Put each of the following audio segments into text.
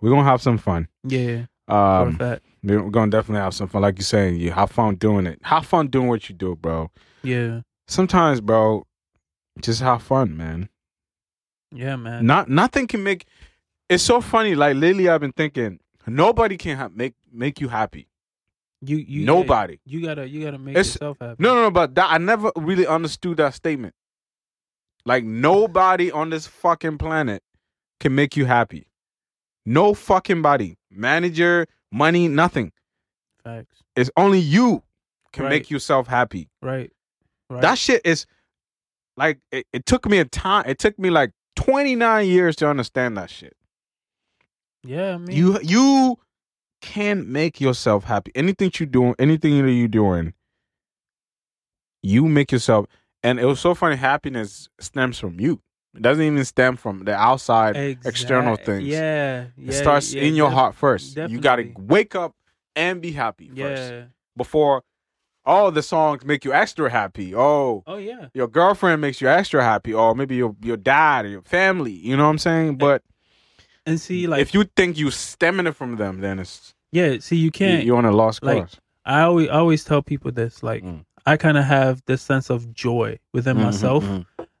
We're gonna have some fun. Yeah. for a Um, fact. we're gonna definitely have some fun. Like you're saying, you have fun doing it. Have fun doing what you do, bro. Yeah. Sometimes, bro, just have fun, man. Yeah, man. Not nothing can make. It's so funny. Like lately, I've been thinking nobody can ha- make make you happy. you you nobody. You gotta you gotta make It's- yourself happy. No, no, no, but that I never really understood that statement. Like nobody on this fucking planet can make you happy. No fucking body, manager, money, nothing. Facts. It's only you can Right. make yourself happy. Right. Right. That shit is like it, it took me a time. It took me like 29 years to understand that shit. yeah, I mean You you can make yourself happy. Anything you doing, anything that you doing, you make yourself. And it was so funny. Happiness stems from you. It doesn't even stem from the outside. external Exact- things. Yeah. Eh, yeah it starts yeah, in your def- heart first. You gotta definitely. wake up and be happy Yeah. first before all the songs make you extra happy. Oh, Oh yeah. your girlfriend makes you extra happy, or maybe your your dad or your family. You know what I'm saying? But And see like if you think you stemming it from them, then it's yeah, see you you- can't you're on a lost like, cause. I always I always tell people this like Mm. Mm-hmm, I kind of have this sense of joy within myself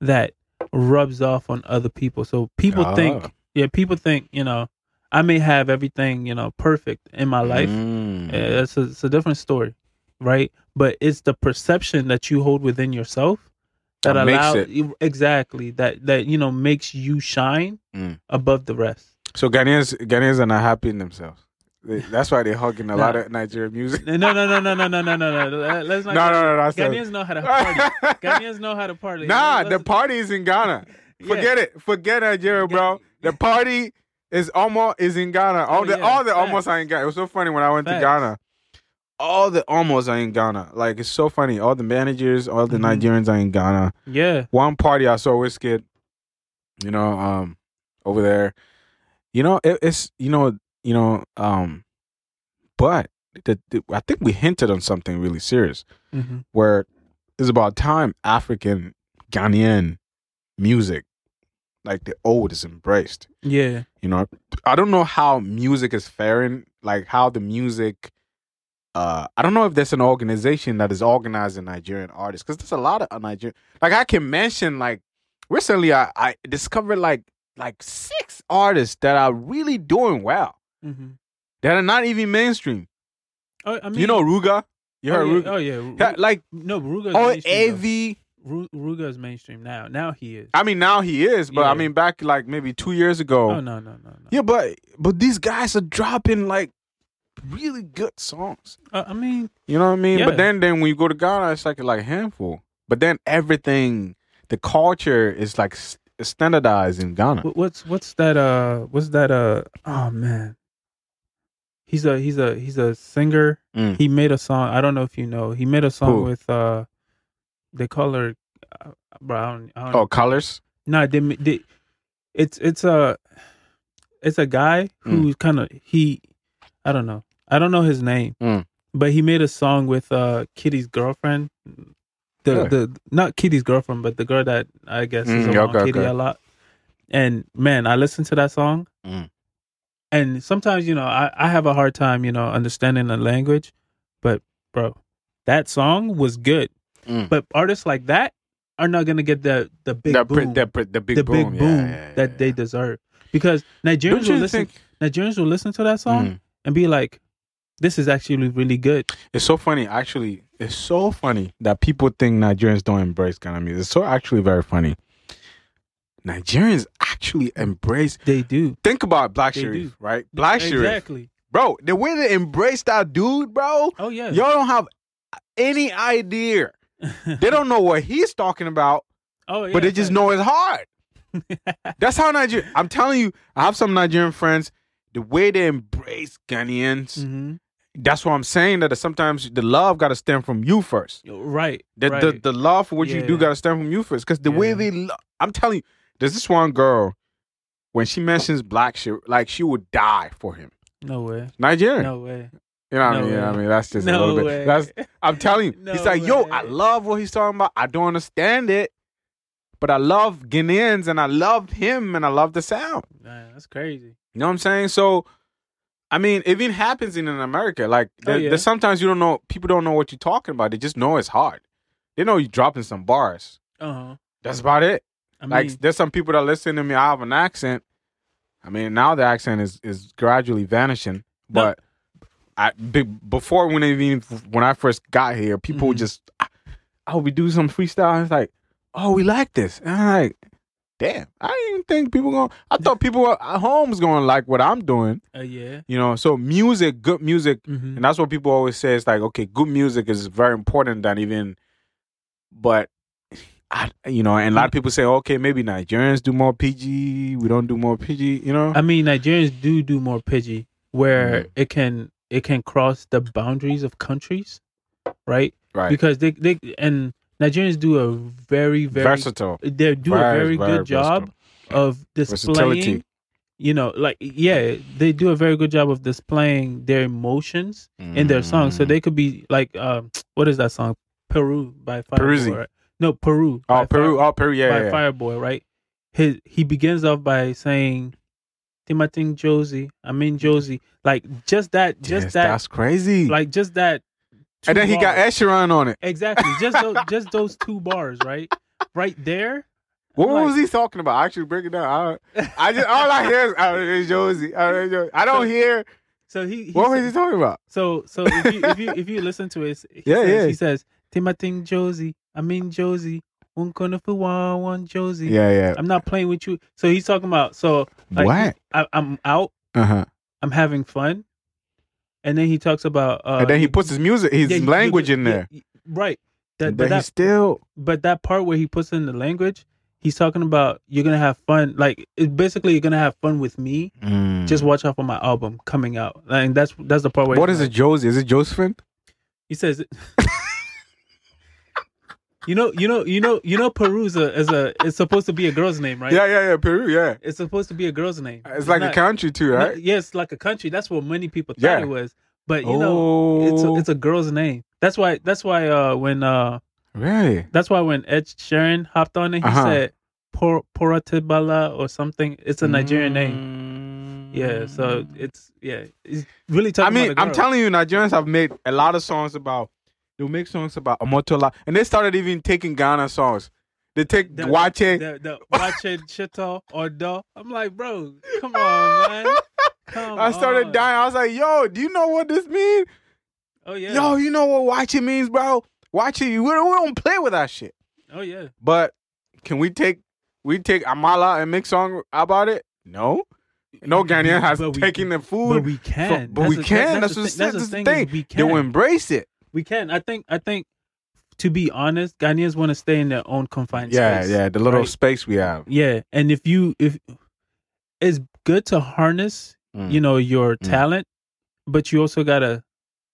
that rubs off on other people. So people think Ah. yeah, people think, you know, I may have everything, you know, perfect in my life. Mm-hmm. Uh, it's, a, it's a different story, right? But it's the perception that you hold within yourself that That makes allows it. you- exactly that that you know makes you shine Mm. above the rest. So Ghanaians, Ghanaians are not happy in themselves. They- That's why they're hugging a Nah. lot of Nigerian music. No, no, no, no, no, no, no, no, no. Let- Let's No, not. no, no, no. I said- Ghanaians know how to party. Ghanaians know how to party. nah, Let's- the party is in Ghana. yeah. Forget it. Forget Nigeria, bro. The party is almost is in Ghana. All Oh, the yeah. all the almost Facts. are in Ghana. It was so funny when I went to Facts. Ghana. All the almost are in Ghana. Like it's so funny. All the managers, all the Mhm. Nigerians are in Ghana. Yeah, one party I saw Wizkid, you know, um, over there. You know, it, it's you know, you know, um, but the, the, I think we hinted on something really serious hmm where it's about time African Ghanaian music, like the old, is embraced. yeah, You know, I don't know how music is faring, like how the music. Uh, I don't know if there's an organization that is organizing Nigerian artists because there's a lot of Nigerian. Like I can mention, like recently I, I discovered like like six artists that are really doing well hmm that are not even mainstream. Oh, I mean, you know Ruga, you oh, heard yeah, Ruga, oh yeah, Ru- Yeah, like no, Ruga's oh mainstream. though. AV. Ru- Ruga's mainstream now. Now he is. I mean now he is, but I Yeah. mean back like maybe two years ago. Oh no, no, no, no. Yeah, but but these guys are dropping like really good songs. Uh, I mean, You know what I mean? But Yeah. then then when you go to Ghana, it's like like a handful. But then everything, the culture is like s- standardized in Ghana. What, what's what's that? Uh, what's that? Uh, oh man, he's a he's a he's a singer. Mm. He made a song. I don't know if you know. He made a song Who? with uh, they call her, uh, bro. I don't, I don't, Oh, colors. nah, they, ma- they, it's it's a, it's a guy Hmm. who kind of he, I don't know. I don't know his name, Mm. but he made a song with uh Kitty's girlfriend. The Really? the not Kitty's girlfriend, but the girl that I guess is Mm, around okay, Kitty okay. a lot. And man, I listened to that song, Mm. and sometimes you know I I have a hard time you know understanding the language, but bro, that song was good. Mm. But artists like that are not gonna get the the big the, pri- boom the, pri- the big the boom, big boom Yeah, yeah, yeah, that yeah. they deserve. Because Nigerians Don't will you listen think Nigerians will listen to that song Mm. and be like, This is actually really good. it's so funny? Actually, it's so funny that people think Nigerians don't embrace Ghana music. It's so actually very funny. Nigerians actually embrace. They do. Think about Black They Sharif, do. right? Black Sharif, Exactly. bro. The way they embrace that dude, bro. Oh yeah. Y'all don't have any idea. They don't know what he's talking about, oh yeah. but they just know it's hard. That's how Nigeria. I'm telling you, I have some Nigerian friends. The way they embrace Ghanaians, hmm that's why I'm saying that sometimes the love got to stem from you first. Right. The, right. the, the love for what you do Yeah. got to stem from you first. Because the way Yeah. they, lo- I'm telling you, there's this one girl. When she mentions black shit, like she would die for him. no way. Nigerian, No way. you know what I no mean? You know what I way. mean, that's just a No little bit. way. That's I'm telling you. he's No like, yo, I way. love what he's talking about. I don't understand it, but I love Ghanaians and I love him and I love the sound. Man, that's crazy. You know what I'm saying? So, I mean, it even happens in, in America. Like, there, Oh, yeah. there's sometimes you don't know, people don't know what you're talking about. They just know it's hard. They know you're dropping some bars. Uh-huh. That's about it. I mean, like, there's some people that listen to me. I have an accent. I mean, now the accent is is gradually vanishing. No. But I be, before when it even when I first got here, people would Mhm. just "Ah, oh, we do some freestyle. And it's like, oh, we like this. And I'm like, damn, I didn't even think people going. to I thought people were- at home was going to like what I'm doing. uh, yeah. You know, so music, good music, Mm-hmm. and that's what people always say. It's like, okay, good music is very important than even, but I, you know, and a lot Mm. of people say, okay, maybe Nigerians do more PG. We don't do more PG. You know, I mean, Nigerians do do more pidgey where Mhm. it can it can cross the boundaries of countries, right? right? Because they they and Nigerians do a very very Versatile, they do Very, a very, very good job versatile. of versatility. displaying you know like yeah they do a very good job of displaying their emotions in their songs Mm. so they could be like um what is that song peru by Peruzzi. fireboy right? no peru oh by Peru, Fire- oh Peru, yeah, by yeah, yeah. fireboy right his he begins off by saying Timating Josie, I mean Josie, like just that, just Yes, that, that's crazy. like just that. and then he got bars. Escheron on it. exactly just those, just those two bars, right, right there. What Like- was he talking about? I actually break it down. I, I just all I hear is I hear Josie. I, hear Josie. I don't hear So he, he what was said- he talking about. So so if you if you if you listen to it, he Yeah, says, yeah. he says Timating Josie, I mean Josie, one gonna for one one Josie. Yeah, yeah. I'm not playing with you. So he's talking about so like, what? I, I'm out, Uh huh. I'm having fun, and then he talks about uh, and then he puts his music, his yeah, he- language yeah, in there. yeah, right? But That, but, he's that, still but that part where he puts in the language, he's talking about you're gonna have fun. Like it, basically, you're gonna have fun with Mm-hmm. me. Just watch out for my album coming out, and that's that's the part where what he's is it, Josie? Is it Josephine? He says, "You know, you know, you know, you know, Perusa is a it's supposed to be a girl's name, right? Yeah, yeah, yeah. Peru, yeah. It's supposed to be a girl's name. It's like a not- country too, not- right? yeah, it's like a country. That's what many people thought Yeah. Oh. it was, but you know, it's a, it's a girl's name. That's why. That's why. Uh, when uh, Oh, really that's why when Ed Sheeran hopped on it, he Uh-huh. said Por Poratibala or something. It's a Nigerian name. name. Yeah, so it's yeah, it's really Mm. I talking. mean, about a I'm girl. telling you, Nigerians have made a lot of songs about. They'll make songs about Amotola, and they started even taking Ghana songs. They take The- Wache. the, the watch it shit off or duh. I'm like, bro, come on, man. Come I started on. dying. I was like, "Yo, do you know what this means? Oh yeah. Yo, you know what Wache means, bro? Wache, we don't, we don't play with that shit." Oh yeah. But can we take we take Amala and make song about it? No, no Ghanaian has But we- taken the But food. we can. but we the- can. That's the what- thing- that's that's the the thing. thing. is We They will can. embrace it. We can. I think. I think. To be honest, Ghanaians want to stay in their own confined Yeah, space. yeah. The little right? space we have. Yeah, and if you if it's good to harness, Mm. you know, your talent, but you also gotta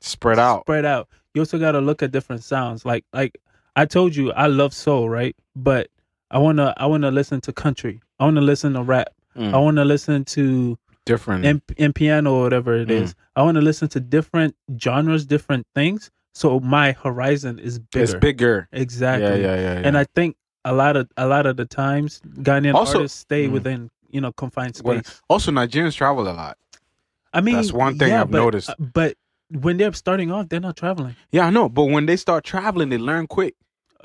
spread out. Spread out. You also got to look at different sounds. Like like I told you, I love soul, right? But I wanna I wanna listen to country. I wanna listen to rap. Mm. I wanna listen to Different. and piano or whatever it Mm. is. I wanna listen to different genres, different things. So my horizon is bigger. It's bigger. Exactly. Yeah, yeah, yeah. yeah. And I think a lot of a lot of the times Ghanaian Also- artists stay Mm. within you know confined space. Well, also Nigerians travel a lot. I mean, that's one thing yeah, I've but- noticed. uh, but when they're starting off, they're not traveling. Yeah, I know. But when they start traveling, they learn quick.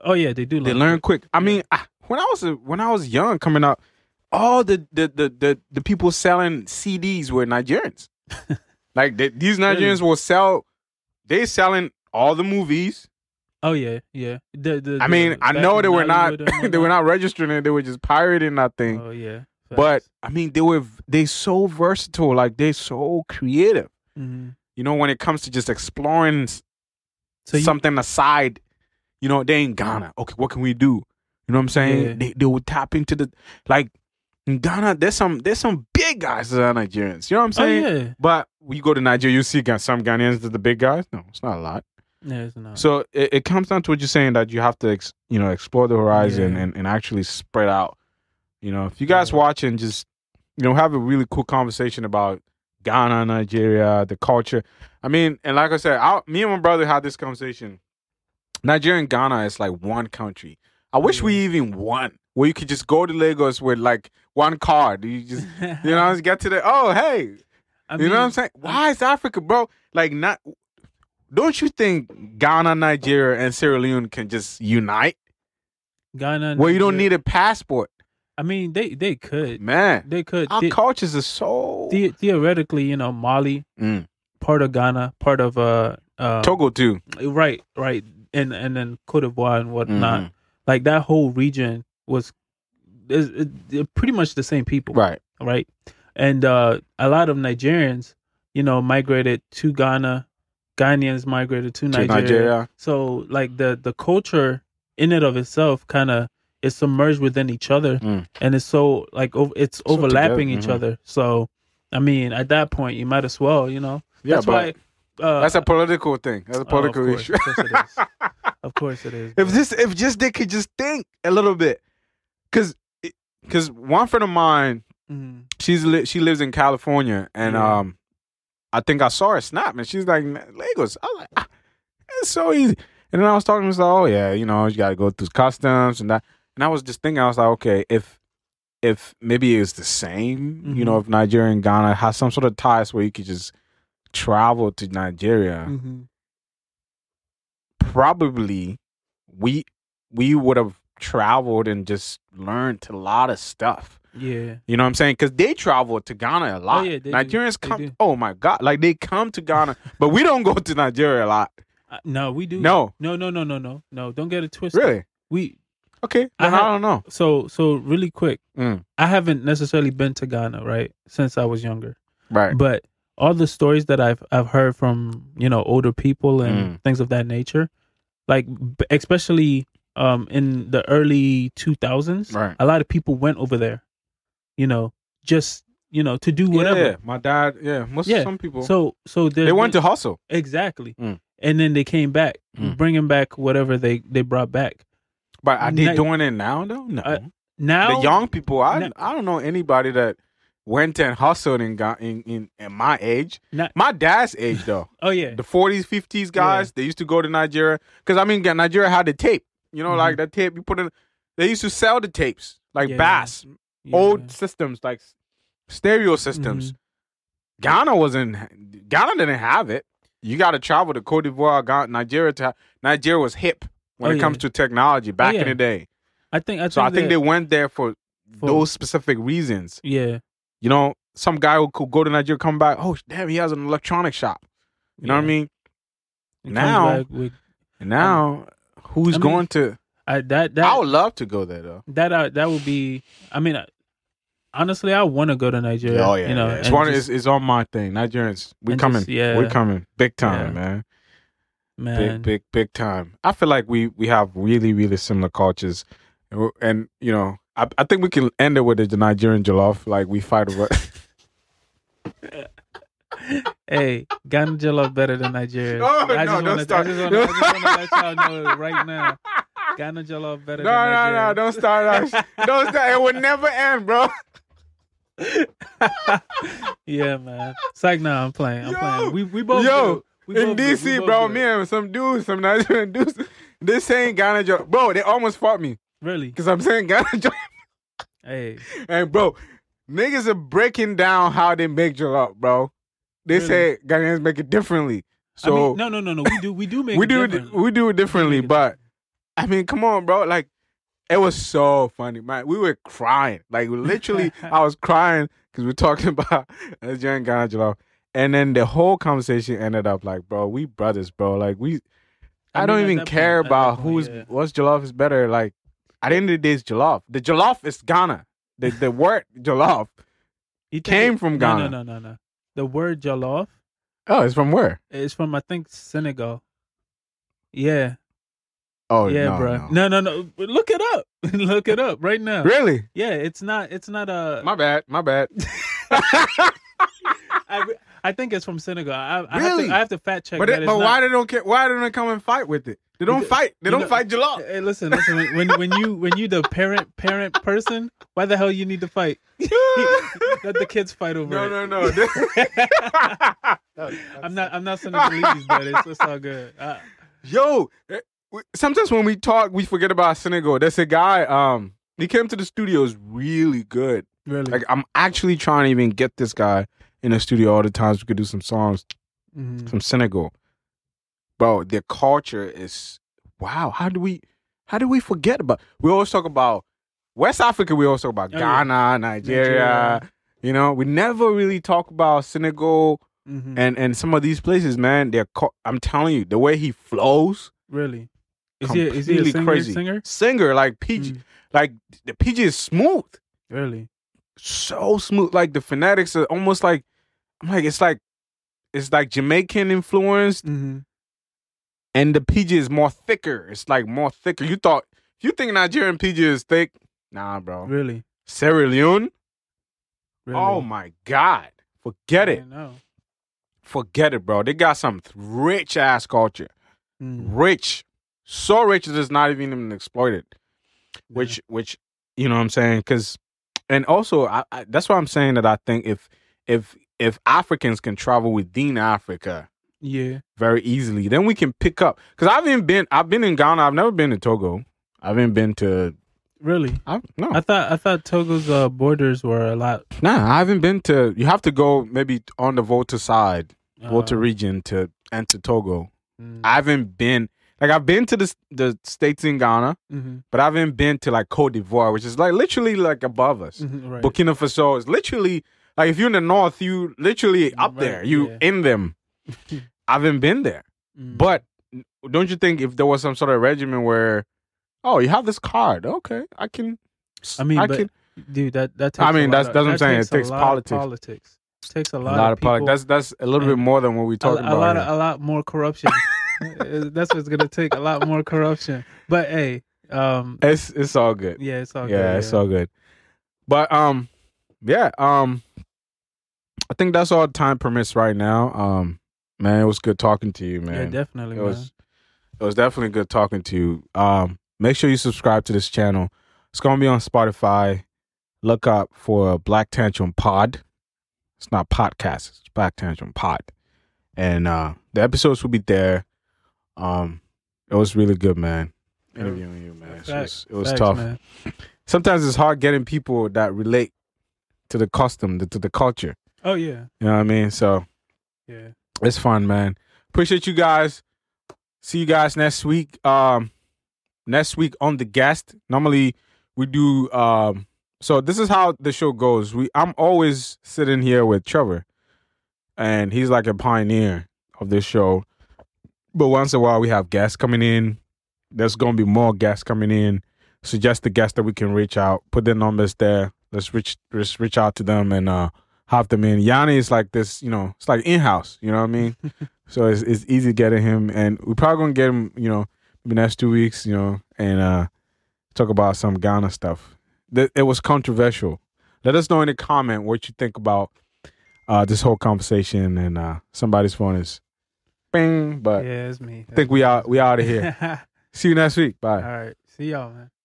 Oh yeah, they do. They learn. learn quick. I mean, I, when I was a, when I was young coming up, all the the, the the the people selling CDs were Nigerians. like they, these Really? Nigerians will sell. They selling all the movies. Oh yeah, yeah. The, the, I mean, the- I back know in they were not Hollywood and they were whatnot. not registering it. They were just pirating that thing. Oh yeah, but I mean, they were they so versatile. Like they so creative. hmm You know, when it comes to just exploring s- so you, something aside. You know, they ain't Ghana. Okay, what can we do? You know what I'm saying? Yeah. They they would tap into the like in Ghana. There's some there's some big guys that are Nigerians. You know what I'm oh saying? yeah, But when you go to Nigeria, you see Ghan- some Ghanaians that the big guys. No, it's not a lot. yeah, it's not. So it, it comes down to what you're saying that you have to ex, you know explore the horizon Yeah. and, and actually spread out. You know, if you guys Yeah. watching, just you know have a really cool conversation about Ghana, Nigeria, the culture. I mean, and like I said, I, me and my brother had this conversation. Nigeria and Ghana is like one country. I wish we even won. where you could just go to Lagos with like one card. You just you know just get to the oh hey, I you mean, know what I'm saying? Why is Africa, bro? Like not. Don't you think Ghana, Nigeria, and Sierra Leone can just unite? Ghana. Where you don't need a passport, I mean, they they could. man. They could. Our The- cultures are so the- um, theoretically, you know, Mali, Mm. part of Ghana, part of uh, uh Togo too. right, right, and and then Cote d'Ivoire and whatnot. Mhm. Like that whole region was, is it, they're pretty much the same people, Right. right? And uh, a lot of Nigerians, you know, migrated to Ghana. Ghanaians migrated to To Nigeria. Nigeria. So like the the culture in and of itself kind of is submerged within each other, Mm. and it's so like ov- it's So overlapping together, each mhm. other. So I mean, at that point, you might as well, you know. Yeah, that's but why. Uh, that's a political thing. That's a oh, of political course, issue. Of course it is. Of course it is. if bro. this if just they could just think a little bit because because one friend of mine Mhm. she's li- she lives in california and Yeah. um i think i saw her snap and she's like "Man, lagos i was like ah, it's so easy and then i was talking to her like, oh yeah you know you gotta go through customs and that and i was just thinking i was like okay if if maybe it's the same you know if nigeria and ghana has some sort of ties where you could just travel to nigeria Mhm. probably we we would have traveled and just learned a lot of stuff. yeah, You know what I'm saying? Because they travel to Ghana a lot. Oh, yeah, they do. Nigerians They come. do. Oh my god! Like they come to Ghana, but we don't go to Nigeria a lot. Uh, no, we do. No, no, no, no, no, no, no. Don't get it twisted. really? We Okay. I Then I, had- don't know. so so really quick. Mm, I haven't necessarily been to Ghana right since I was younger. right. but all the stories that I've I've heard from you know older people Mm. and things of that nature, like b- especially um in the early two thousands, Right. a lot of people went over there, you know, just you know to do whatever. Yeah, my dad. Yeah. Most Yeah, some people. So so they went to hustle. exactly, Mm. and then they came back, Mm. bringing back whatever they they brought back. But are they Ni- doing it now though? No. Uh, Now the young people. I No. I don't know anybody that went and hustled in Ga- in in, in my age. Not- my dad's age though. oh yeah, the 40s, 50s guys, they used to go to Nigeria because I mean yeah, Nigeria had the tape. You know, like that tape you put in. They used to sell the tapes like Mm-hmm. Yeah. Bass, Yeah. old systems like s- stereo systems. Mm-hmm. Ghana wasn't. Ghana didn't have it. You got to travel to Cote d'Ivoire, Ghana, Nigeria. To ha- Nigeria was hip when Oh, it comes yeah. to technology back yeah. in the day. I think I think So I think that- they went there for, For- those specific reasons. yeah You know, some guy who could go to Nigeria, come back. Oh damn, he has an electronic shop. You know what I yeah. mean? It comes Now- back with- And now, who's Um, I mean, going to? I, that that I would love to go there though. that uh, that would be. I mean, I, honestly, I want to go to Nigeria. oh yeah, you know, yeah. it's and one. just- it's, it's on my thing. Nigerians, we and coming. just- yeah. we coming big time, Yeah. man. man. Big, big, big time. I feel like we we have really, really similar cultures, and, we're- and you know, I, I think we can end it with the Nigerian jollof. Like we fight over. Hey, Ghana jollof better than Nigeria. Oh, I no, just don't wanna, start. I just want to let y'all know right now. Ghana jollof better no, no, than Nigeria. no! Don't start us. don't start. It will never end, bro. Yeah, man. It's like, nah, I'm playing. I'm Yo, playing. We we both yo, good. We in both good. We DC, both bro, good. me and some dudes, some Nigerian dudes, they saying Ghana jollof. Bro, they almost fought me really. because I'm saying Ghana jollof. Hey, And bro, niggas are breaking down how they make jollof, bro. They Really? say Ghanaians make it differently. I mean, So no, no, no, no. We do we do make we it do it, differently. we do it differently, make it but I mean, come on, bro. Like it was so funny, man. We were crying, like literally, I was crying because we're talking about Nigerian Ghana jollof. And then the whole conversation ended up like, bro, we brothers, bro. Like we, I, I mean, don't at even that care point- at about that point, who's yeah. what's jollof is better. Like at the end of the day, it's jollof. The jollof is Ghana. The the word jollof You think came it- from no, Ghana. No, no, no, no. The word jollof Oh, it's from where? It's from I think Senegal. Yeah, Oh, yeah, no, bro. No. no, no, Look it up. Look it up right now. Really? Yeah, it's not. It's not a. My bad. My bad. I, re- I think it's from Senegal. I, I Really? Have to, I have to fact check. but that it, it's but not. why they don't care? Why don't they come and fight with it? They don't Because- fight. They you don't know- fight Jalal. Hey, listen, listen. When, when when you when you the parent parent person, why the hell you need to fight? Let the kids fight over no, it. no, no. This- I'm not. I'm not sending police, but it's, it's all good. Uh, Yo, eh, we- sometimes when we talk, we forget about Senegal. There's a guy. Um, He came to the studio is really good. Really? Like I'm actually trying to even get this guy in the studio all the times we could do some songs Mhm. from Senegal. Bro, their culture is wow. How do we how do we forget about we always talk about West Africa, we always talk about Oh, yeah. Ghana, Nigeria, Nigeria. You know, we never really talk about Senegal Mhm. and and some of these places, man. They're cul- I'm telling you, the way he flows, Really? Is he, a- is he a Completely singer? crazy. singer? singer like PG, Mm. like the PG is smooth, Really? so smooth. Like the phonetics are almost like I'm like it's like it's like Jamaican influence, Mhm. and the PG is more thicker. It's like more thicker. You thought you think Nigerian PG is thick? Nah, bro. Really? Sierra Leone. Really? Oh my God, forget I it, know. forget it, bro. They got some rich ass culture. Mm. rich, so rich that it's not even even exploited. Which, which you know what I'm saying? Because, and also I, I, that's why I'm saying that I think if if if Africans can travel within Africa Yeah. very easily, then we can pick up. Because I've even been I've been in Ghana. I've never been to Togo. I've even been to Really? I, no I thought I thought Togo's uh, borders were a lot. nah. I haven't been to. You have to go maybe on the Volta side, Uh, Volta region to enter Togo. mm, I haven't been like I've been to the the states in Ghana. mhm, but I haven't been to like Cote d'Ivoire, which is like literally like above us. mhm, right. Burkina Faso is literally like if you're in the north, you literally up Right, there, you yeah. in them. I haven't been there, Mm. but don't you think if there was some sort of regimen where, oh, you have this card, okay, I can. I mean, I but- can. dude, that that. Takes I mean, a lot that's- of- that's what I'm that saying. It a takes lot of politics. politics. takes a A lot, lot of of people. poli- that's that's a little bit and more than what we a, talked a about. lot, here. a lot more corruption. Uh, that's what's gonna take a lot more corruption. But hey, um, it's it's all good. yeah, it's all yeah, good. it's all good. But um, yeah, um, I think that's all time permits right now. Um, man, it was good talking to you, man. yeah, definitely, it man. was it was definitely good talking to you. Um, make sure you subscribe to this channel. It's gonna be on Spotify. Look up for Black Tantrum Pod. It's not podcast. It's Black Tantrum Pod, and uh, the episodes will be there. Um, it was really good, man. Yeah. Interviewing you, man. It Facts, was, it was Facts, tough man. sometimes it's hard getting people that relate to the custom, to the culture. Oh yeah, You know what I mean? So yeah. it's fun, man. Appreciate you guys. See you guys next week. Um, next week on the guest. Normally we do. Um, so this is how the show goes. We I'm always sitting here with Trevor, and he's like a pioneer of this show. But once in a while we have guests coming in. There's gonna be more guests coming in. Suggest the guests that we can reach out. Put their numbers there. Let's reach let's reach out to them and uh hop them in. Yanni is like this, you know, it's like in house. You know what I mean? so it's it's easy getting him, and we're probably gonna get him, you know, maybe next two weeks, you know, and uh talk about some Ghana stuff. Th- it was controversial. Let us know in the comment what you think about uh this whole conversation, and uh somebody's phone is bing, but yeah, it's me. I think we out we out of here. See you next week. Bye. All right, see y'all, man.